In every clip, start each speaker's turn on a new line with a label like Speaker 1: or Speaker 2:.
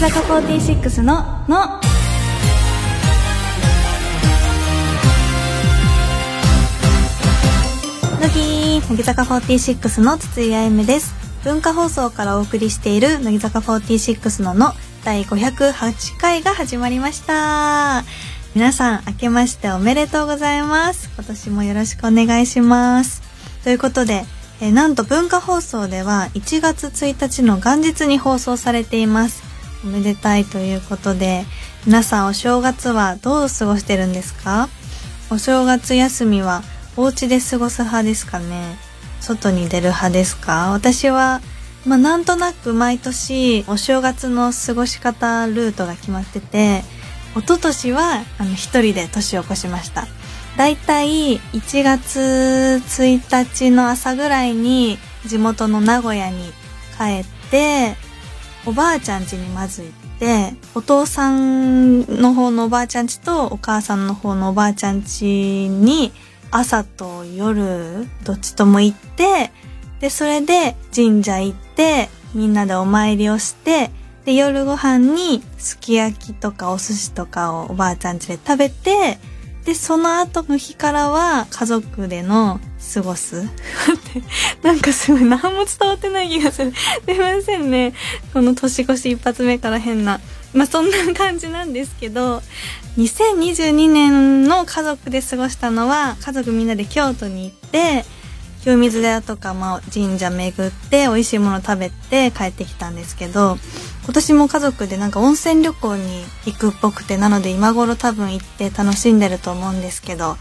Speaker 1: 坂46の、の、乃木乃木坂46の筒井あゆめです文化放送からお送りしている乃木坂46のの第508回が始まりました皆さん明けましておめでとうございます今年もよろしくお願いしますということでえーなんと文化放送では1月1日の元日に放送されていますおめでたいということで皆さんお正月はどう過ごしてるんですかお正月休みはお家で過ごす派ですかね外に出る派ですか私は、まあ、なんとなく毎年お正月の過ごし方ルートが決まってて一昨年はあの一人で年を越しましただいたい1月1日の朝ぐらいに地元の名古屋に帰っておばあちゃん家にまず行ってお父さんの方のおばあちゃん家とお母さんの方のおばあちゃん家に朝と夜どっちとも行ってでそれで神社行ってみんなでお参りをしてで夜ご飯にすき焼きとかお寿司とかをおばあちゃん家で食べてでその後の日からは家族での過ごす 待って なんかすごい何も伝わってない気がするすいませんねこの年越し一発目から変なまあそんな感じなんですけど2022年の家族で過ごしたのは家族みんなで京都に行って清水寺とか、まあ、神社巡って美味しいもの食べて帰ってきたんですけど今年も家族でなんか温泉旅行に行くっぽくてなので今頃多分行って楽しんでると思うんですけど、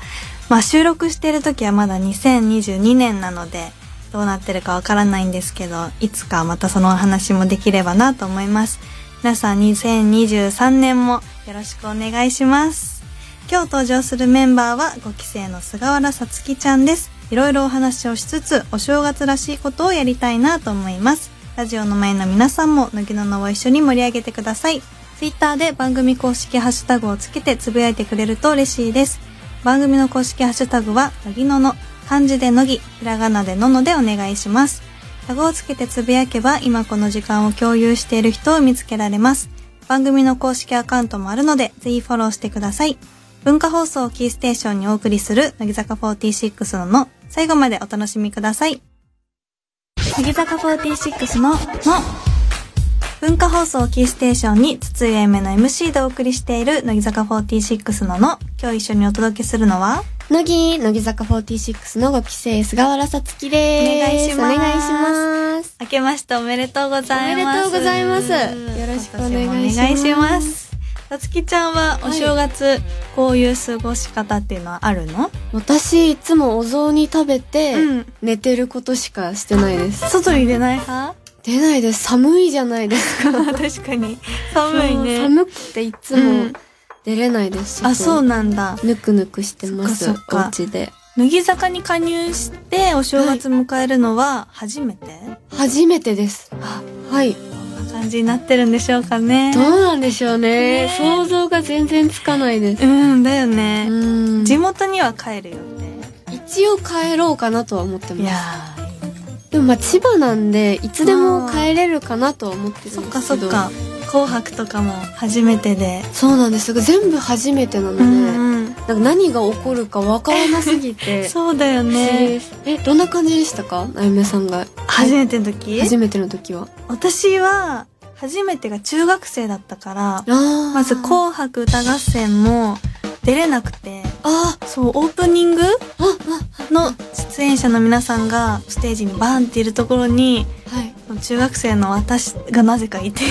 Speaker 1: まあ、収録してる時はまだ2022年なのでどうなってるかわからないんですけどいつかまたそのお話もできればなと思います皆さん2023年もよろしくお願いします今日登場するメンバーは5期生の菅原さつきちゃんですいろいろお話をしつつお正月らしいことをやりたいなと思いますラジオの前の皆さんも乃木ののを一緒に盛り上げてくださいツイッターで番組公式ハッシュタグをつけてつぶやいてくれると嬉しいです番組の公式ハッシュタグは乃木のの漢字で乃木ひらがなでののでお願いしますタグをつけてつぶやけば今この時間を共有している人を見つけられます番組の公式アカウントもあるのでぜひフォローしてください文化放送をキーステーションにお送りする乃木坂46のの最後までお楽しみください乃木坂46のの文化放送キーステーションに筒井あゆめの MC でお送りしている乃木坂46のの今日一緒にお届けするのは
Speaker 2: 乃木乃木坂46の5期生菅原さつきです
Speaker 1: お願いします
Speaker 2: お願いします
Speaker 1: 明けましておめでとうございます。
Speaker 2: おめでとうございますよろしくお願いしま
Speaker 1: 今年
Speaker 2: す
Speaker 1: もお願いします。さつきちゃんはお正月、こういう過ごし方っていうのはあるの
Speaker 2: 私いつもお雑煮食べて、
Speaker 1: うん
Speaker 2: 寝てることしかしてないです
Speaker 1: 外に出ない派
Speaker 2: 出ないです寒いじゃないですか
Speaker 1: 確かに。寒いね。
Speaker 2: 寒くていつ
Speaker 1: うん
Speaker 2: も出れないです、
Speaker 1: あ、そう
Speaker 2: な
Speaker 1: なんだ。
Speaker 2: ぬくぬくしてます
Speaker 1: そっかそっか
Speaker 2: お家で
Speaker 1: 乃木坂に加入してお正月迎えるのは初めて、
Speaker 2: 初めてです
Speaker 1: あ
Speaker 2: はい
Speaker 1: こんな感じになってるんでしょうかね
Speaker 2: どう。なんでしょうね
Speaker 1: ね
Speaker 2: 想像が全然つかないです
Speaker 1: うん、だよね、
Speaker 2: うん
Speaker 1: 地元には帰るよ
Speaker 2: 一応帰ろうかなとは思ってます
Speaker 1: ね。いやー、
Speaker 2: でもまあ千葉なんでいつでも帰れるかなとは思ってる
Speaker 1: そっ
Speaker 2: んですけど
Speaker 1: かそっか。紅白とかも初めてで。
Speaker 2: そうなんです全部初めてなので、なん
Speaker 1: うんうん、
Speaker 2: か何が起こるかわからなすぎ て
Speaker 1: そうだよね。
Speaker 2: えどんな感じでしたかあゆめさんが
Speaker 1: 初めての時
Speaker 2: 初めての時は
Speaker 1: 私は、初めてが中学生だったから、
Speaker 2: あ
Speaker 1: まず
Speaker 2: う
Speaker 1: 紅白歌合戦も出れなくて、
Speaker 2: あ
Speaker 1: そう、オープニング
Speaker 2: ああ
Speaker 1: の出演者の皆さんがステージにバーンっているところに、
Speaker 2: あはい
Speaker 1: 中学生の私がなぜか いて、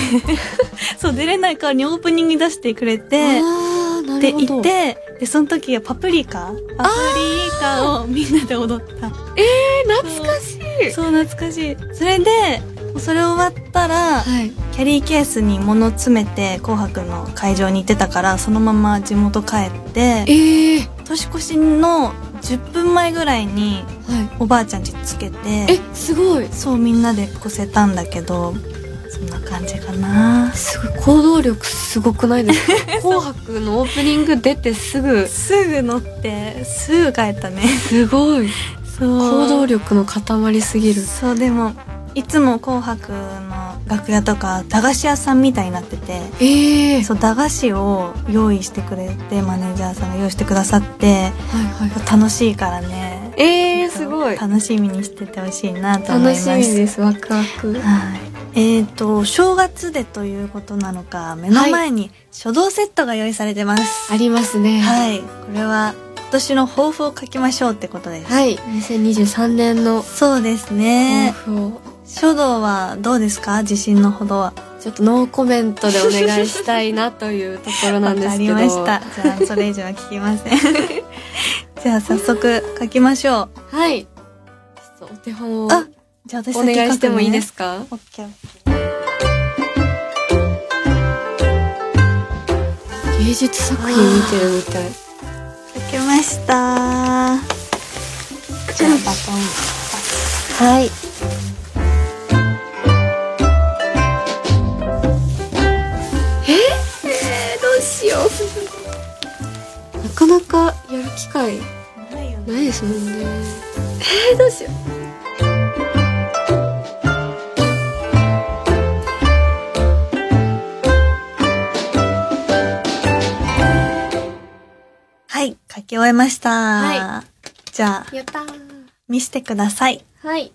Speaker 1: そう、出れない代わりにオープニングに出してくれて、
Speaker 2: あーな
Speaker 1: で
Speaker 2: るほ
Speaker 1: い
Speaker 2: ど
Speaker 1: てでその時はパプリカパプリカをみんなで踊った
Speaker 2: え懐かしい
Speaker 1: そう懐かしいそれでもうそれ終わったら
Speaker 2: はい
Speaker 1: キャリーケースに物詰めて「紅白」の会場に行ってたからそのまま地元帰って
Speaker 2: ええ
Speaker 1: 年越しの10分前ぐらいに
Speaker 2: は
Speaker 1: おばあちゃんちつけ
Speaker 2: いえ
Speaker 1: て
Speaker 2: すごい
Speaker 1: そうみんなで越せたんだけどそんな感じかな
Speaker 2: すごい行動力すごくないで すか紅白のオープニング出てすぐ
Speaker 1: すぐ乗ってすぐ帰ったね
Speaker 2: すごい
Speaker 1: そう
Speaker 2: 行動力の塊すぎる
Speaker 1: そうでもいつも「紅白」の楽屋とか駄菓子屋さんみたいになってて
Speaker 2: ええ
Speaker 1: そう駄菓子を用意してくれてマネージャーさんが用意してくださって
Speaker 2: はいはいはい
Speaker 1: 楽しいからね
Speaker 2: ええすごい
Speaker 1: 楽しみにしててほしいなと思いま
Speaker 2: 楽
Speaker 1: す
Speaker 2: しみですワクワク
Speaker 1: はいえー、と正月でということなのか目の前に書道セットが用意されてます
Speaker 2: ありますねい、
Speaker 1: はい、これは今年の抱負を書きましょうってことです、
Speaker 2: はい、2023年の
Speaker 1: そうです
Speaker 2: 抱
Speaker 1: ね
Speaker 2: 負を
Speaker 1: 書道はどうですか自信のほどは
Speaker 2: ちょっとノーコメントでお願いしたいなというところなんです けど
Speaker 1: わかりましたじゃあそれ以上は聞きません じゃあ早速書きましょう
Speaker 2: はいちょっとお手本を
Speaker 1: あじゃあ私先
Speaker 2: お
Speaker 1: 書く、ね、
Speaker 2: 願いしてもいいですか、
Speaker 1: オッケー
Speaker 2: 芸術作品見てるみたい
Speaker 1: 書きましたじゃあバトンはい
Speaker 2: えー、どうしようなかなかやる機会
Speaker 1: ないよね
Speaker 2: ないですもんねえー、どうしよ
Speaker 1: はい、書き終えました。
Speaker 2: は
Speaker 1: じゃあ、
Speaker 2: うやったー
Speaker 1: 見せてください。
Speaker 2: はい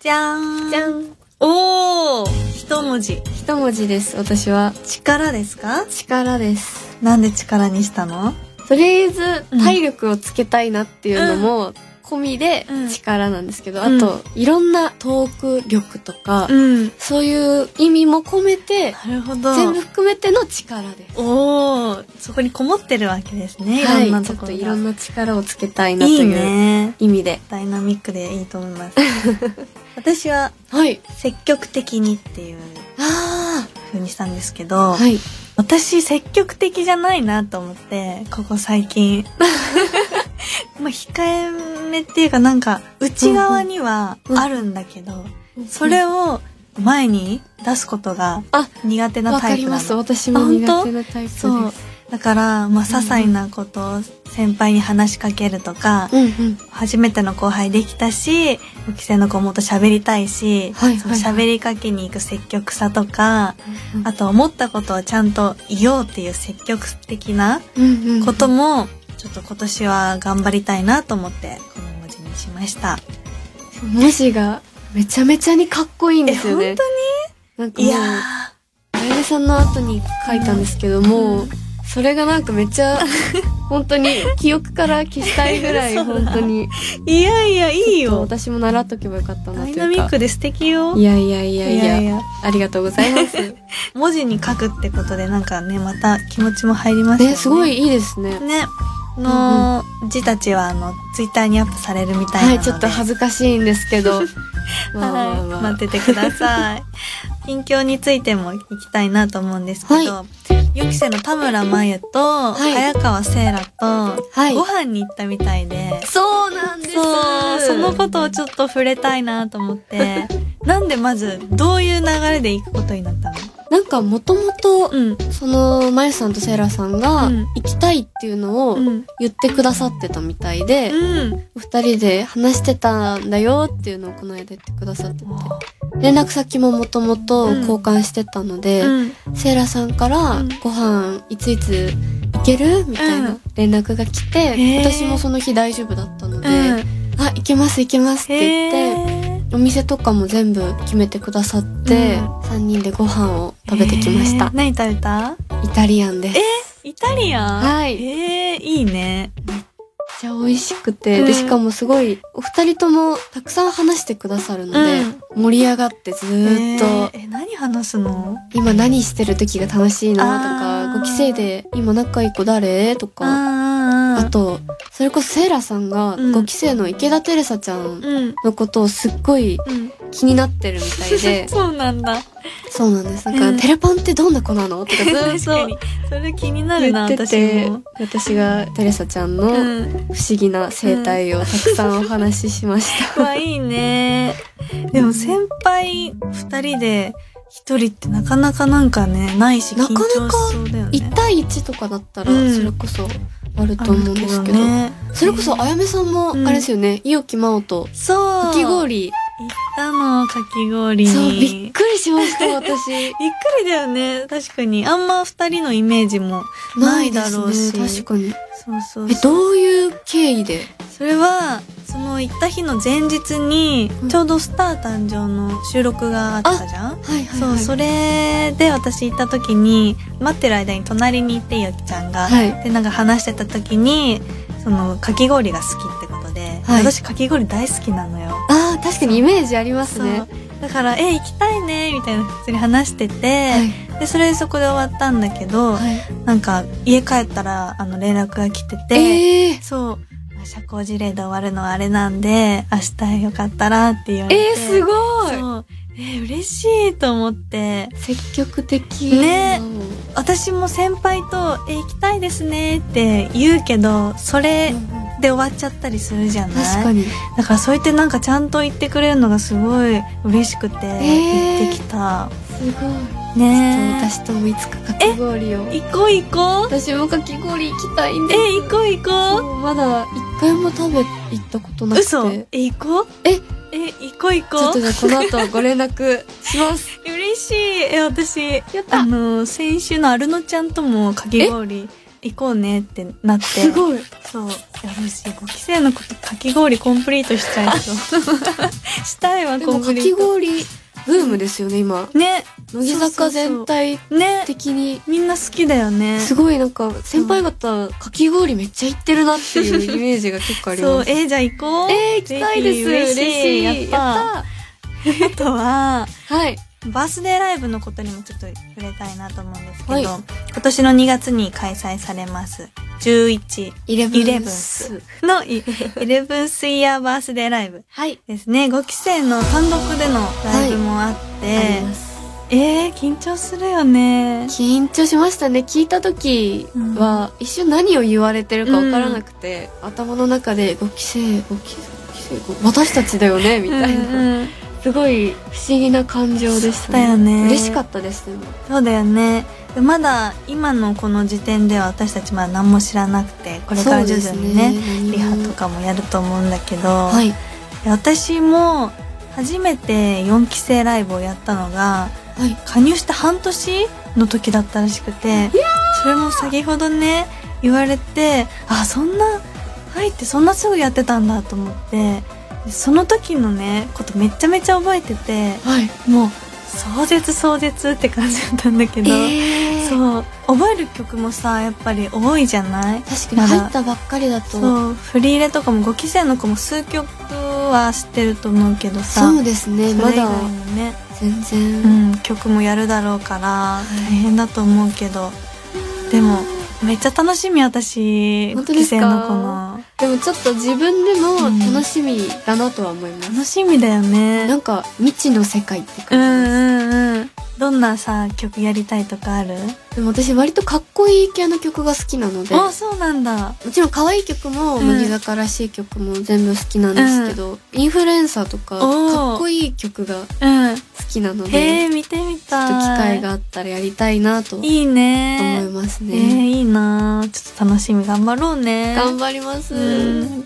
Speaker 1: じゃーん。
Speaker 2: じゃん
Speaker 1: おー一文字。
Speaker 2: 一文字です私は
Speaker 1: 力ですか
Speaker 2: 力です
Speaker 1: なんで力にしたの
Speaker 2: とりあえず
Speaker 1: うん
Speaker 2: 体力をつけたいなっていうのも込みで
Speaker 1: うん
Speaker 2: 力なんですけど、
Speaker 1: うん
Speaker 2: あといろんなトーク力とか、
Speaker 1: ん。な
Speaker 2: そういう意味も込めて
Speaker 1: るほど。
Speaker 2: 全部含めての力です
Speaker 1: おーそこにこもってるわけですね。、
Speaker 2: はいい
Speaker 1: ろんな
Speaker 2: ち
Speaker 1: と
Speaker 2: ょっ
Speaker 1: ことろ
Speaker 2: い
Speaker 1: が
Speaker 2: ろんな力をつけたいなと
Speaker 1: いい
Speaker 2: いう
Speaker 1: ね。
Speaker 2: 意味で
Speaker 1: ダイナミックでいいと思い ます。私は、
Speaker 2: はい
Speaker 1: 積極的にっていう
Speaker 2: あ
Speaker 1: 風にしたんですけど、
Speaker 2: あはい
Speaker 1: 私積極的じゃないなと思ってここ最 近まあ控えめっていうかなんか内側にはあるんだけど、それ
Speaker 2: を
Speaker 1: を前に出すことが
Speaker 2: あ
Speaker 1: 苦手な
Speaker 2: わ
Speaker 1: タ
Speaker 2: か
Speaker 1: イ
Speaker 2: り
Speaker 1: プな
Speaker 2: ます
Speaker 1: の
Speaker 2: 私も苦手なタイプです
Speaker 1: そうだからまあ些細なことを先輩に話しかけるとか、
Speaker 2: うんうん
Speaker 1: 初めての後輩できたし規制の子もっと喋りたいし、
Speaker 2: はい
Speaker 1: そ
Speaker 2: は
Speaker 1: の
Speaker 2: いはい
Speaker 1: 喋りかけに行く積極さとかあと思ったことをちゃんと言おうっていう積極的な
Speaker 2: うんうん
Speaker 1: ことも、ちょっと今年は頑張りたいなと思って、この文字にしました。
Speaker 2: 文字がめちゃめちゃにかっこいいんですよ
Speaker 1: え
Speaker 2: ね
Speaker 1: 本
Speaker 2: なんか
Speaker 1: い
Speaker 2: もう
Speaker 1: や
Speaker 2: あやねさんの後に書いたんですけども、それがなんかめっ ちゃ本当に記憶から消したいぐらい
Speaker 1: そうだ
Speaker 2: 本当に
Speaker 1: ー、いやいや、いい
Speaker 2: そう
Speaker 1: よ。
Speaker 2: 私も習っとけばよかった
Speaker 1: ダ
Speaker 2: なとい
Speaker 1: イ
Speaker 2: うか
Speaker 1: ナミックで素敵よ。
Speaker 2: いやいやいやいや
Speaker 1: いや
Speaker 2: ありがとうございま すね
Speaker 1: 文字に書くってことでなんかね、また気持ちも入りますよね。
Speaker 2: すごい。いいですね
Speaker 1: ね。あの、字たちはあの、ツイッターにアップされるみたいな
Speaker 2: は
Speaker 1: ので。
Speaker 2: いちょっと恥ずかしいんです けどまあまあま
Speaker 1: はい、
Speaker 2: あ、
Speaker 1: 待っててください。近況についても行きたいなと思うんですけど、
Speaker 2: は
Speaker 1: 予期せの田村真由と、
Speaker 2: はい
Speaker 1: 早川聖羅と、
Speaker 2: はい
Speaker 1: ご飯に行ったみたいで、
Speaker 2: そうなんです
Speaker 1: そう、そのことをちょっと触れたいなと思って、なんでまずどういう流れで行くことになったの
Speaker 2: なんかもともと
Speaker 1: うん。
Speaker 2: そのまゆさんとセイラさんが
Speaker 1: うん
Speaker 2: 行きたいっていうのを
Speaker 1: うん。
Speaker 2: 言ってくださってたみたいで、
Speaker 1: うん。
Speaker 2: お二人で話してたんだよっていうのをこの間言ってくださってて連絡先ももともと交換してたので、
Speaker 1: うん。
Speaker 2: セイラさんから
Speaker 1: うん
Speaker 2: 「ご飯いついつ行ける?」みたいうなん連絡が来て、
Speaker 1: へー
Speaker 2: 私もその日大丈夫だったので「
Speaker 1: うん。
Speaker 2: あ行けます行けます」って言って。
Speaker 1: へー
Speaker 2: お店とかも全部決めてくださって、
Speaker 1: うん
Speaker 2: 3人でご飯を食べてきまし
Speaker 1: へ
Speaker 2: た
Speaker 1: ー。何食べた
Speaker 2: イタリアンです。め
Speaker 1: イ
Speaker 2: っ
Speaker 1: タリアン
Speaker 2: はい
Speaker 1: へえ、いいね。
Speaker 2: ちゃ美味しくて、
Speaker 1: うん
Speaker 2: で、しかもすごい、お二人ともたくさん話してくださるので、盛り上がってずーっと、
Speaker 1: えーえ何話すの
Speaker 2: 今何してる時が楽しいな
Speaker 1: あー
Speaker 2: とか、ご帰省で今仲いい子誰とか、
Speaker 1: あ
Speaker 2: あと、それこそセイラさんが
Speaker 1: うん
Speaker 2: ご帰省の池田テレサちゃん
Speaker 1: うん
Speaker 2: のことをすっごい
Speaker 1: うん
Speaker 2: 気になってるみたい で、
Speaker 1: そうなんだ
Speaker 2: そうなんです。なん
Speaker 1: う
Speaker 2: か、
Speaker 1: ん
Speaker 2: テレパンってどんな子なのとかず
Speaker 1: 確
Speaker 2: ーっ
Speaker 1: か
Speaker 2: と
Speaker 1: にそれ気になる
Speaker 2: 言
Speaker 1: な
Speaker 2: って
Speaker 1: 私
Speaker 2: て
Speaker 1: も
Speaker 2: 私がテレサちゃんの不
Speaker 1: うん
Speaker 2: 思議な生態をたくさんお話ししました、
Speaker 1: わいいねでも先輩二人で一人ってなかなかなんかねないし緊
Speaker 2: なかなか
Speaker 1: 張しそうだよね
Speaker 2: 1対1とかだったら
Speaker 1: うん
Speaker 2: それこそあると思うんですけど,、
Speaker 1: あるね
Speaker 2: それこそあやめさんも
Speaker 1: うん
Speaker 2: あれですよね、伊予木真央と
Speaker 1: そう
Speaker 2: かき氷
Speaker 1: 行ったの、かき氷に。
Speaker 2: そう、びっ
Speaker 1: びっ
Speaker 2: くりしました、 私。
Speaker 1: くりだよね。確かに。あんま二人のイメージもないだろうし。
Speaker 2: ですね確かに。
Speaker 1: そうそう
Speaker 2: え、
Speaker 1: そう。
Speaker 2: どういう経緯で
Speaker 1: それは、その行った日の前日に
Speaker 2: う、ん
Speaker 1: ちょうどスター誕生の収録があったじゃん
Speaker 2: はいはい、
Speaker 1: そ
Speaker 2: は
Speaker 1: う、
Speaker 2: い。
Speaker 1: それで私行った時に、待ってる間に隣に行って、ゆきちゃんが。
Speaker 2: はい。
Speaker 1: で、なんか話してた時に、その、かき氷が好きってことで、
Speaker 2: はい
Speaker 1: 私かき氷大好きなのよ。
Speaker 2: ああ、確かにイメージあります
Speaker 1: そう
Speaker 2: ね。
Speaker 1: だから「え行きたいね」みたいな普通に話してて、
Speaker 2: はい。
Speaker 1: でそれでそこで終わったんだけど、
Speaker 2: はい、
Speaker 1: なんか家帰ったらあの連絡が来てて、
Speaker 2: えー、
Speaker 1: そうまあ社交辞令で終わるのはあれなんで明日よかったらって言われて
Speaker 2: えー、すごい
Speaker 1: そうえー嬉しいと思って
Speaker 2: 積極的
Speaker 1: ね私も先輩と「えー行きたいですね」って言うけどそれで終わっちゃったりするじゃない
Speaker 2: 確かに
Speaker 1: だからそうやってなんかちゃんと言ってくれるのがすごい嬉しくて
Speaker 2: えー
Speaker 1: 行ってきた、
Speaker 2: すごい、
Speaker 1: ねえ
Speaker 2: 私ともいつかかき氷を
Speaker 1: 行こう行こう
Speaker 2: 私もかき氷行きたいん
Speaker 1: え
Speaker 2: で
Speaker 1: 行こう行こう
Speaker 2: そうまだ一回も食べ行ったことなくて
Speaker 1: 嘘え行こう
Speaker 2: え
Speaker 1: え行こう行
Speaker 2: ちょっ
Speaker 1: こと
Speaker 2: じゃあこの後ご連絡します
Speaker 1: う嬉しいえ私
Speaker 2: やっ
Speaker 1: あの先週のアルノちゃんともかき氷行こうねってなって
Speaker 2: す
Speaker 1: い
Speaker 2: ごい
Speaker 1: そういや私5期生のことかき氷コンプリートしちゃいそう したいわ
Speaker 2: で
Speaker 1: コ
Speaker 2: も
Speaker 1: ンプ
Speaker 2: か
Speaker 1: リ
Speaker 2: き
Speaker 1: ート
Speaker 2: 氷ブームですよね今
Speaker 1: ね
Speaker 2: 乃木坂全体
Speaker 1: ね
Speaker 2: 的に
Speaker 1: みんな好きだよね
Speaker 2: すごいなんか先輩方かき氷めっちゃ行ってるなっていうイメージが結構あり
Speaker 1: そ
Speaker 2: ま
Speaker 1: う
Speaker 2: す
Speaker 1: えーじゃあ行こう
Speaker 2: えー、行きたいです。
Speaker 1: ぜひ嬉しい
Speaker 2: やった
Speaker 1: やっあとは
Speaker 2: たはい。
Speaker 1: バースデーライブのことにもちょっと触れたいなと思うんですけど、
Speaker 2: はい
Speaker 1: 今年の2月に開催されます11
Speaker 2: イレ
Speaker 1: ブンスのイ11スイヤーバースデーライブ
Speaker 2: はい。
Speaker 1: ですね5期生の単独でのライブもあって、
Speaker 2: あります
Speaker 1: えー、緊張するよね
Speaker 2: 緊張しましたね。聞いた時は、一瞬何を言われてるかわからなくて、頭の中で、ご期生、ご期生、ご期生、ご私たちだよね、みたいな。
Speaker 1: うんうん
Speaker 2: すごい不思議な感情でし
Speaker 1: そう
Speaker 2: たね。
Speaker 1: だよね
Speaker 2: 嬉しかったです、でも。
Speaker 1: そうだよねでまだ今のこの時点では私たちまだ何も知らなくてこれから徐々にね
Speaker 2: そうで
Speaker 1: リ
Speaker 2: すね
Speaker 1: ハとかもやると思うんだけど、
Speaker 2: はい。
Speaker 1: で私も初めて4期生ライブをやったのが
Speaker 2: はい。
Speaker 1: 加入して半年の時だったらしくてそれも先ほどね言われてあそんな入ってそんなすぐやってたんだと思ってでその時のねことめちゃめちゃ覚えてて
Speaker 2: はい。
Speaker 1: もう壮絶壮絶って感じだったんだけど、
Speaker 2: えー
Speaker 1: そう覚える曲もさやっぱり多いじゃない
Speaker 2: 確かに入ったばっかりだと。
Speaker 1: そう振り入れとかも5期生の子も数曲は知ってると思うけどさ
Speaker 2: そうですね、
Speaker 1: そ
Speaker 2: ま
Speaker 1: れ以外
Speaker 2: だ
Speaker 1: のね、
Speaker 2: 全
Speaker 1: う
Speaker 2: 然。
Speaker 1: ん、曲もやるだろうから
Speaker 2: い
Speaker 1: 大変だと思うけど、でもめっちゃ楽しみ私
Speaker 2: 本当
Speaker 1: 5
Speaker 2: で
Speaker 1: 期
Speaker 2: すか
Speaker 1: 生の子の
Speaker 2: でもちょっと自分でも楽しみだなとは思います、
Speaker 1: 楽しみだよね
Speaker 2: なんか未知の世界って
Speaker 1: うん
Speaker 2: 感じです、
Speaker 1: うんうんどんなさ曲やりたいとかある
Speaker 2: でも私割とかっこいい系の曲が好きなので
Speaker 1: あ
Speaker 2: も
Speaker 1: そうなんだ
Speaker 2: ちろん可愛い曲も
Speaker 1: うん
Speaker 2: 乃木坂らしい曲も全部好きなんですけど、インフルエンサーとか
Speaker 1: おー
Speaker 2: かっこいい曲が好
Speaker 1: うんへ
Speaker 2: きなので
Speaker 1: え見てみ
Speaker 2: ちょ
Speaker 1: た
Speaker 2: っ
Speaker 1: い
Speaker 2: と機会があったらやりたいなと思い
Speaker 1: いいね
Speaker 2: ます
Speaker 1: えー
Speaker 2: ね、
Speaker 1: いいなあちょっと楽しみ頑張ろうね
Speaker 2: 頑張ります、
Speaker 1: うん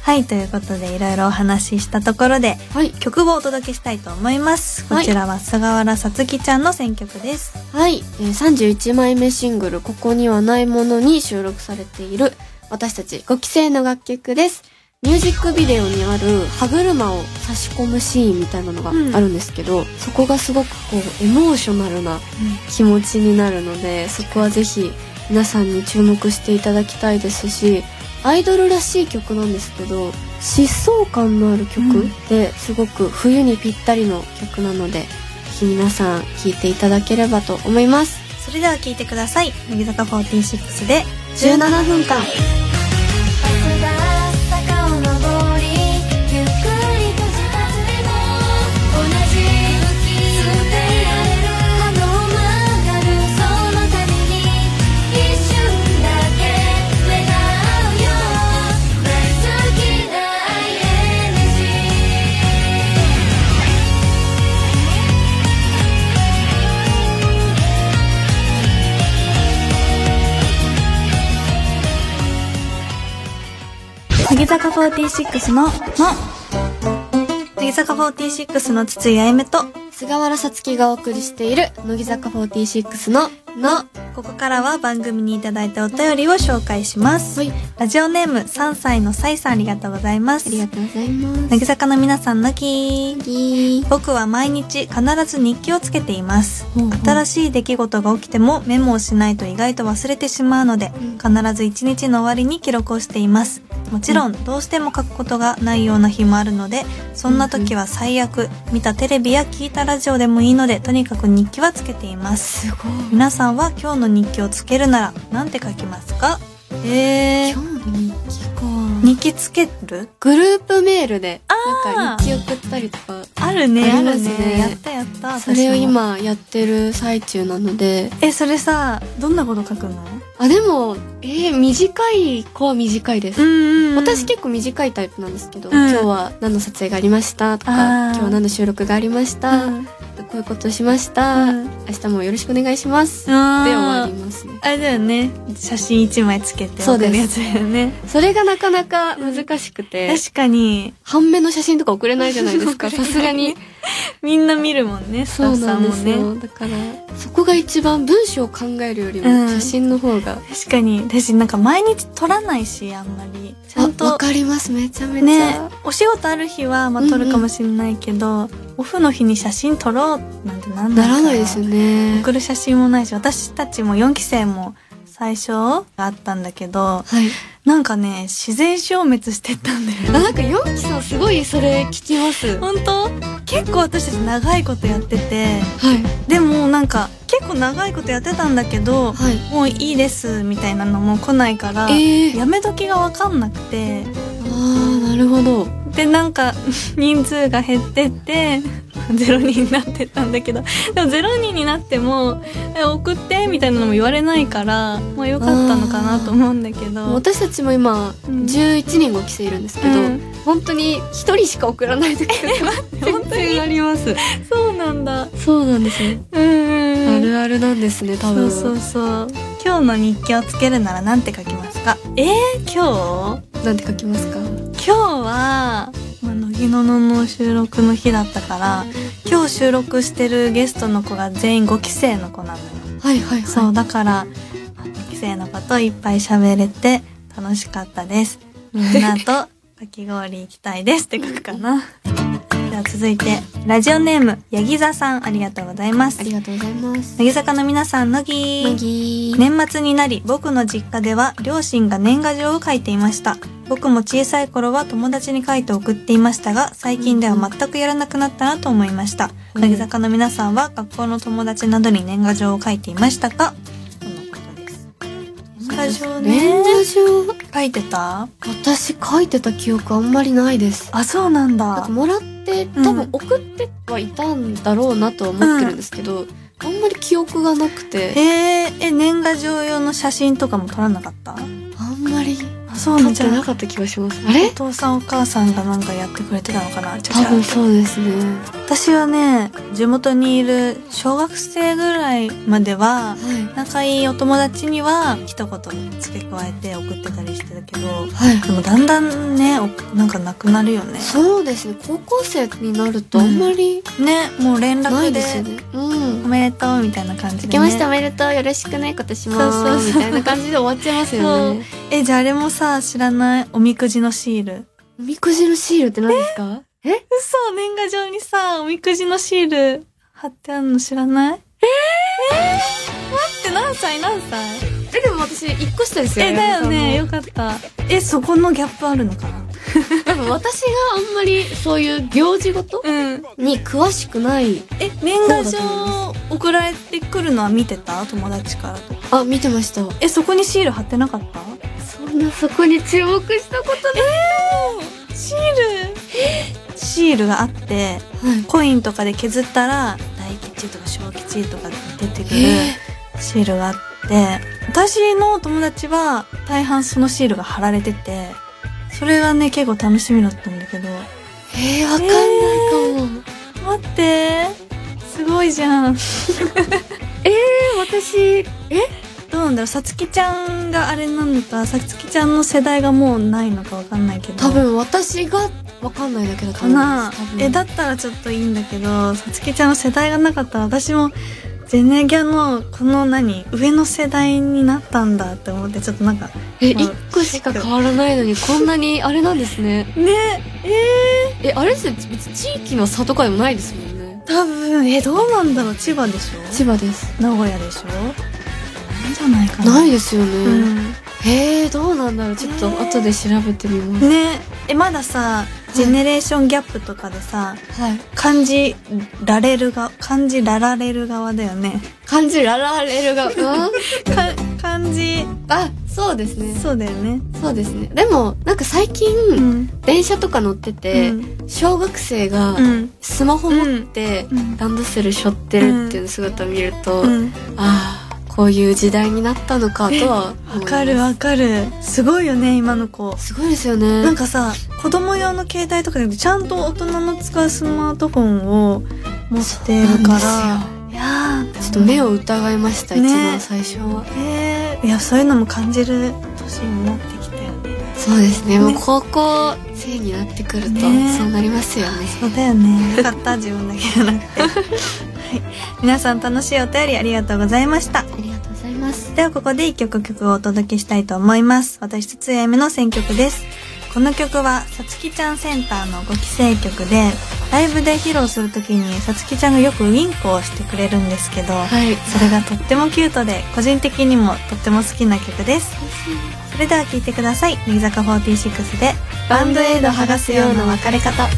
Speaker 1: はいということでいろいろお話ししたところで
Speaker 2: はい
Speaker 1: 曲をお届けしたいと思いますこちらは菅原さつきちゃんの選曲です
Speaker 2: はい、えー31枚目シングル「ここにはないもの」に収録されている私たち5期生の楽曲ですミュージックビデオにある歯車を差し込むシーンみたいなのが
Speaker 1: うん
Speaker 2: あるんですけど、そこがすごくこうエモーショナルな気持ちになるのでそこはぜひ皆さんに注目していただきたいですしアイドルらしい曲なんですけど疾走感のある
Speaker 1: う
Speaker 2: 曲
Speaker 1: ん
Speaker 2: ですごく冬にぴったりの曲なので、ぜひ皆さん聴いていただければと思います
Speaker 1: それでは聴いてください乃木坂46で
Speaker 2: 17分間
Speaker 3: 坂を登りゆっくりとしたつでも同じ浮き捨てられるあの曲がるそのために一瞬だけ願うよ大好きなエネルギー
Speaker 1: 乃木坂46の「の」乃木坂46の筒井あやめと、
Speaker 2: 菅原さつきがお送りしている乃木坂46の「の」
Speaker 1: ここからは番組にいただいたお便りを紹介します。
Speaker 2: はい
Speaker 1: ラジオネーム3歳のサイさんありがとうございます
Speaker 2: あ。りがとうございます
Speaker 1: 乃木坂の皆さんのき
Speaker 2: ぎ
Speaker 1: 僕は毎日必ず日記をつけています
Speaker 2: ほうほう
Speaker 1: 新しい出来事が起きてもメモをしないと意外と忘れてしまうので
Speaker 2: うん
Speaker 1: 必ず一日の終わりに記録をしていますもちろんどうしても書くことがないような日もあるのでそんな時は最悪見たテレビや聞いたラジオでもいいのでとにかく日記はつけています
Speaker 2: すごい
Speaker 1: 皆さんは今日の日記をつけるなら何て書きますかえ
Speaker 2: 今日の日記か
Speaker 1: 日記つける
Speaker 2: グループメールで
Speaker 1: ー
Speaker 2: なんか日記送ったりとか
Speaker 1: あるね
Speaker 2: あ
Speaker 1: あ
Speaker 2: りま
Speaker 1: る
Speaker 2: すね
Speaker 1: ねやったやった
Speaker 2: それ
Speaker 1: 私
Speaker 2: を
Speaker 1: も
Speaker 2: 今やってる最中なので
Speaker 1: えそれさどんなこと書くの
Speaker 2: あでもえー、短い子は短いです、
Speaker 1: ん
Speaker 2: 私結構短いタイプなんですけど、
Speaker 1: うん
Speaker 2: 今日は何の撮影がありましたとか
Speaker 1: あー
Speaker 2: 今日は何の収録がありました、
Speaker 1: うん
Speaker 2: こういうことしました、
Speaker 1: うん
Speaker 2: 明日もよろしくお願いします、で終わりますね
Speaker 1: あれだよね写真一枚つけて
Speaker 2: そ
Speaker 1: 送
Speaker 2: うです
Speaker 1: るやつだよね
Speaker 2: それがなかなか難しくて、
Speaker 1: 確かに
Speaker 2: 半面の写真とか送れないじゃないで すかさすがに
Speaker 1: みんな見るもんねスタ
Speaker 2: そ
Speaker 1: ッ
Speaker 2: う
Speaker 1: フ
Speaker 2: な
Speaker 1: さ
Speaker 2: ん
Speaker 1: ん
Speaker 2: で
Speaker 1: も
Speaker 2: す
Speaker 1: ね
Speaker 2: よだからそこが一番文章を考えるよりも
Speaker 1: うん
Speaker 2: 写真の方が、
Speaker 1: 確かに私なんか毎日撮らないしあんまりちゃん
Speaker 2: あわ
Speaker 1: と
Speaker 2: かりますめちゃめちゃ、
Speaker 1: ねお仕事ある日はまあ
Speaker 2: うんうん
Speaker 1: 撮るかもしれないけど、オフの日に写真撮ろうなんてなん
Speaker 2: な
Speaker 1: から
Speaker 2: ないですよね
Speaker 1: 送る写真もないし私たちも4期生も最初があったんだけど
Speaker 2: はい
Speaker 1: なんかね自然消滅してったんだよね
Speaker 2: あなんか四期さんすごいそれ聞きますは
Speaker 1: 本当結構私たち長いことやってて
Speaker 2: い
Speaker 1: でもなんか結構長いことやってたんだけど
Speaker 2: はい
Speaker 1: もういいですみたいなのも来ないから、
Speaker 2: えー、
Speaker 1: やめ時が分かんなくて
Speaker 2: ああなるほど
Speaker 1: でなんか人数が減ってって0人になってったんだけどでも0人になってもえ送ってみたいなのも言われないからまあよかったのかなと思うんだけ
Speaker 2: もう
Speaker 1: ど。
Speaker 2: 私たちも今
Speaker 1: うん
Speaker 2: 11人5期生いるんですけど、
Speaker 1: うん
Speaker 2: 本当に1人しか送らない時が
Speaker 1: 本
Speaker 2: 全
Speaker 1: 当
Speaker 2: 然あります
Speaker 1: そうなんだ。
Speaker 2: そうなんですね
Speaker 1: うんうんう
Speaker 2: あ
Speaker 1: ん。
Speaker 2: るあるなんですね多
Speaker 1: そ
Speaker 2: 分
Speaker 1: うそうそう。今日の日記をつけるならなんて書きますかえー、今
Speaker 2: なんて書きますか
Speaker 1: 日今日は、まあ、乃木ののの収録の日だったから、今日収録してるゲストの子が全員5期生の子なのよ。
Speaker 2: はいはいはい
Speaker 1: そう、だから、5期生の子といっぱい喋れて楽しかったです。みん なとかき氷行きたいですって書くかな。では続いて、ラジオネーム、ヤギ座さんありがとうございます
Speaker 2: あ。りがとうございます
Speaker 1: 乃木坂の皆さん、乃木
Speaker 2: マギー、
Speaker 1: 年末になり僕の実家では両親が年賀状を書いていました僕も小さい頃は友達に書いて送っていましたが最近では全くやらなくなったなと思いました、
Speaker 2: うん
Speaker 1: 乃木坂の皆さんは学校の友達などに年賀状を書いていましたかとのことです年賀状ね
Speaker 2: 年賀状
Speaker 1: 書いてた
Speaker 2: 私書いてた記憶あんまりないです
Speaker 1: あそうなん
Speaker 2: なん
Speaker 1: だ
Speaker 2: かもらって
Speaker 1: うん
Speaker 2: 多分送ってはいたんだろうなとは思ってるんですけど、あんまり記憶がなくて
Speaker 1: へーえ年賀状用の写真とかも撮らなかった
Speaker 2: あんまり
Speaker 1: あそう
Speaker 2: 撮
Speaker 1: なん
Speaker 2: っ
Speaker 1: じ
Speaker 2: て
Speaker 1: ゃ
Speaker 2: な
Speaker 1: あ
Speaker 2: かった気がしますあれ
Speaker 1: お父さんお母さんがなんかやってくれてたのかなじゃあ
Speaker 2: 多分そうですね
Speaker 1: 私はね地元にいる小学生ぐらいまでは
Speaker 2: は
Speaker 1: 仲いいお友達には一言付け加えて送ってたりしてたけど
Speaker 2: いはい
Speaker 1: でもだんだんねおなんかなくなるよね
Speaker 2: そうですね高校生になるとあんまり
Speaker 1: ねもう連
Speaker 2: な
Speaker 1: 絡
Speaker 2: い
Speaker 1: で
Speaker 2: ですよねうん
Speaker 1: おめでとうみたいな感じで、ね、
Speaker 2: 明けましておめでとうよろしくね今年も
Speaker 1: そうそうそう
Speaker 2: みたいな感じで終わっちゃいますよね
Speaker 1: えじゃああれもさ知らないおみくじのシール
Speaker 2: おみくじのシールって何ですかえ
Speaker 1: 嘘年賀状にさおみくじのシール貼ってあるの知らないえー、えー、待って何歳何歳
Speaker 2: えでも私一個下ですよ
Speaker 1: えだよねよかったえそこのギャップあるのかな
Speaker 2: 多分私があんまりそういう行事ごと
Speaker 1: うん
Speaker 2: に詳しくない
Speaker 1: え年賀状送られてくるのは見てた友達からとか
Speaker 2: あ見てました
Speaker 1: えそこにシール貼ってなかった
Speaker 2: そんなそこに注目したことない
Speaker 1: えシールシールがあってコインとかで削ったら大吉とか小吉とか出てく
Speaker 2: え
Speaker 1: るシールがあって私の友達は大半そのシールが貼られててそれがね結構楽しみだったんだけど
Speaker 2: えー、わかんないかも
Speaker 1: 待ってすごいじゃん
Speaker 2: え私
Speaker 1: どうなんだろうさつきちゃんがあれなのかさつきちゃんの世代がもうないのかわかんないけど
Speaker 2: 多分私がわかんないだけだと
Speaker 1: か
Speaker 2: 思い
Speaker 1: な
Speaker 2: ます多分
Speaker 1: えだったらちょっといいんだけどさつきちゃんの世代がなかったら私もゼネギャのこの何上の世代になったんだって思ってちょっとなんか
Speaker 2: え
Speaker 1: まあ
Speaker 2: 一個しか変わらないのにこんなにあれなんですね
Speaker 1: ねええ
Speaker 2: えあれですよ別に地域の差とかでもないですもんね
Speaker 1: 多分えどうなんだろう千葉でし
Speaker 2: 千葉です
Speaker 1: ょ名古屋でしょないんじゃないかな
Speaker 2: ない
Speaker 1: よ、
Speaker 2: ですよね、
Speaker 1: うん
Speaker 2: へえどうなんだろうちょっと後で調べてみます、
Speaker 1: ねえまださジェネレーションギャップとかでさ
Speaker 2: はい
Speaker 1: 感じられるが感じらられる側だよね
Speaker 2: 漢字ララレルがうん
Speaker 1: か感じ
Speaker 2: あそうですね
Speaker 1: そうだよね
Speaker 2: そうですねでもなんか最近、
Speaker 1: うん
Speaker 2: 電車とか乗ってて、
Speaker 1: うん
Speaker 2: 小学生が
Speaker 1: うん
Speaker 2: スマホ持って、
Speaker 1: うん
Speaker 2: ランドセル背負ってるっていう姿を見ると、
Speaker 1: うん
Speaker 2: ああこういう時代になったのかとは思い
Speaker 1: わ
Speaker 2: ます
Speaker 1: かるわかるすごいよね今の子
Speaker 2: すごいですよね
Speaker 1: なんかさ子供用の携帯とかじゃなくてちゃんと大人の使うスマートフォンを持ってるからいやー
Speaker 2: ちょっと目を疑いました、
Speaker 1: ね
Speaker 2: 一番最初は
Speaker 1: えー、いやそういうのも感じる年になってきたよね
Speaker 2: そうですね
Speaker 1: ね
Speaker 2: もう高校生になってくると
Speaker 1: ね
Speaker 2: そうなりますよね
Speaker 1: そうだよねよかった自分だけじゃなく てはい皆さん楽しいお便りありがとうございました
Speaker 2: ありがとうございます
Speaker 1: ではここで一曲曲をお届けしたいと思います。私、つつやめの選曲です。この曲は、さつきちゃんセンターのご帰省曲で、ライブで披露するときに、さつきちゃんがよくウインクをしてくれるんですけど、
Speaker 2: はい
Speaker 1: それがとってもキュートで、個人的にもとっても好きな曲です。それでは聴いてください。乃木坂46で、バンドエイド剥がすような別れ方。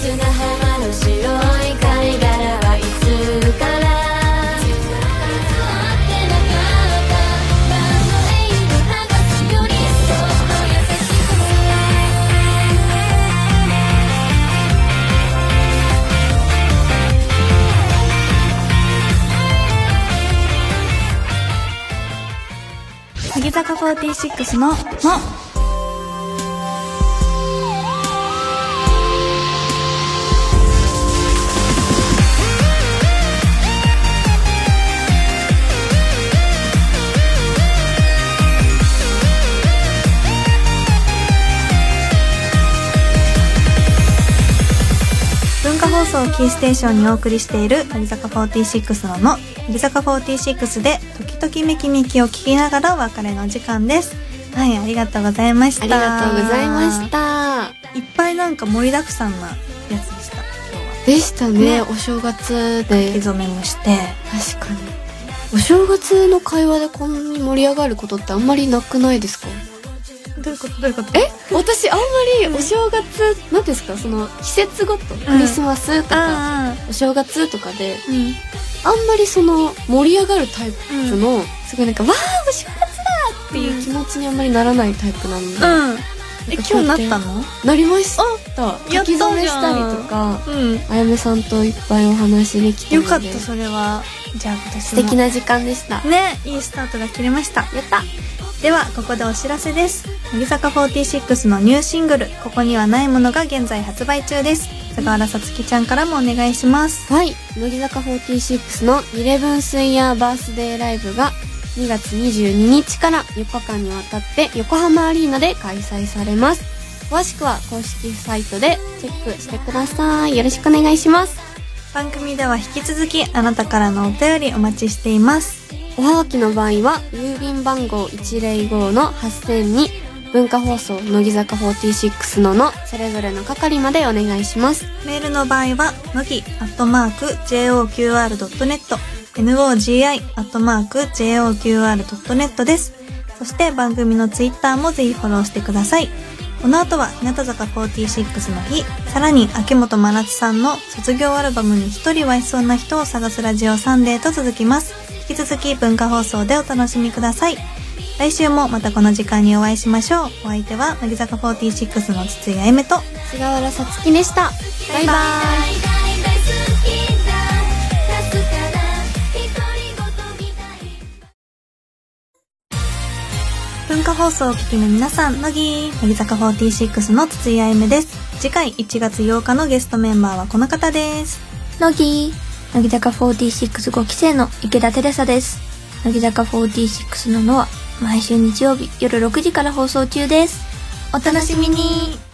Speaker 3: 砂浜の白い貝殻はいつからいつあってなかったバンドエイド剥がすよりそっと優しく
Speaker 1: 乃木坂46の、の、文化放送をキーステーションにお送りしている乃木坂46のの乃木坂46で時々めきめきを聞きながらお別れのお時間ですはいありがとうございました
Speaker 2: ありがとうございました
Speaker 1: いっぱいなんか盛りだくさんなやつでした
Speaker 2: でしたね
Speaker 1: ね
Speaker 2: お正月
Speaker 1: 書き
Speaker 2: で
Speaker 1: 初めもして
Speaker 2: 確かにお正月の会話でこんなに盛り上がることってあんまりなくないですか
Speaker 1: どういうことどういうこと
Speaker 2: え私あんまりお正月何ですかその季節ごとクリスマスとか、
Speaker 1: あ
Speaker 2: お正月とかで
Speaker 1: あうん
Speaker 2: あんまりその盛り上がるタイプの、すごいなんか「わあお正月だ!」っていう気持ちにあんまりならないタイプなので、
Speaker 1: うんえ
Speaker 2: なんか
Speaker 1: 今日なったの
Speaker 2: なりました
Speaker 1: や
Speaker 2: 書
Speaker 1: った
Speaker 2: き
Speaker 1: じゃん
Speaker 2: 初めしたりとか
Speaker 1: うん
Speaker 2: あやめさんといっぱいお話できた
Speaker 1: よ
Speaker 2: ので
Speaker 1: かったそれはじゃあ今年も
Speaker 2: 素敵な時間でした、
Speaker 1: ねいいスタートが切れました
Speaker 2: やった
Speaker 1: ではここでお知らせです乃木坂46のニューシングル「ここにはないもの」が現在発売中です菅原さつきちゃんからもお願いします
Speaker 2: はい乃木坂46の「イレブンスイヤーバースデーライブ」が2月22日から4日間にわたって横浜アリーナで開催されます詳しくは公式サイトでチェックしてくださいよろしくお願いします
Speaker 1: 番組では引き続きあなたからのお便りお待ちしています
Speaker 2: おはがきの場合は郵便番号105の8000に文化放送乃木坂46ののそれぞれの係までお願いします
Speaker 1: メールの場合は乃木アットマーク JOQR.net NOGI アットマーク JOQR.net ですそして番組のツイッターもぜひフォローしてくださいこの後は日向坂46の日さらに秋元真夏さんの卒業アルバムに一人はいそうな人を探すラジオサンデーと続きます引き続き文化放送でお楽しみください来週もまたこの時間にお会いしましょうお相手は乃木坂46の筒井あゆめと
Speaker 2: 菅原さつきでしたバイバ
Speaker 3: 「大大大好きだ」「かすから独り言みたい」
Speaker 1: 文化放送をお聞きの皆さん、乃木乃木坂46の筒井あゆめです。次回1月8日のゲストメンバーはこの方です。
Speaker 4: 乃木乃木坂46ご期生の池田テレサです乃木坂46ののは毎週日曜日夜6時から放送中ですお楽しみに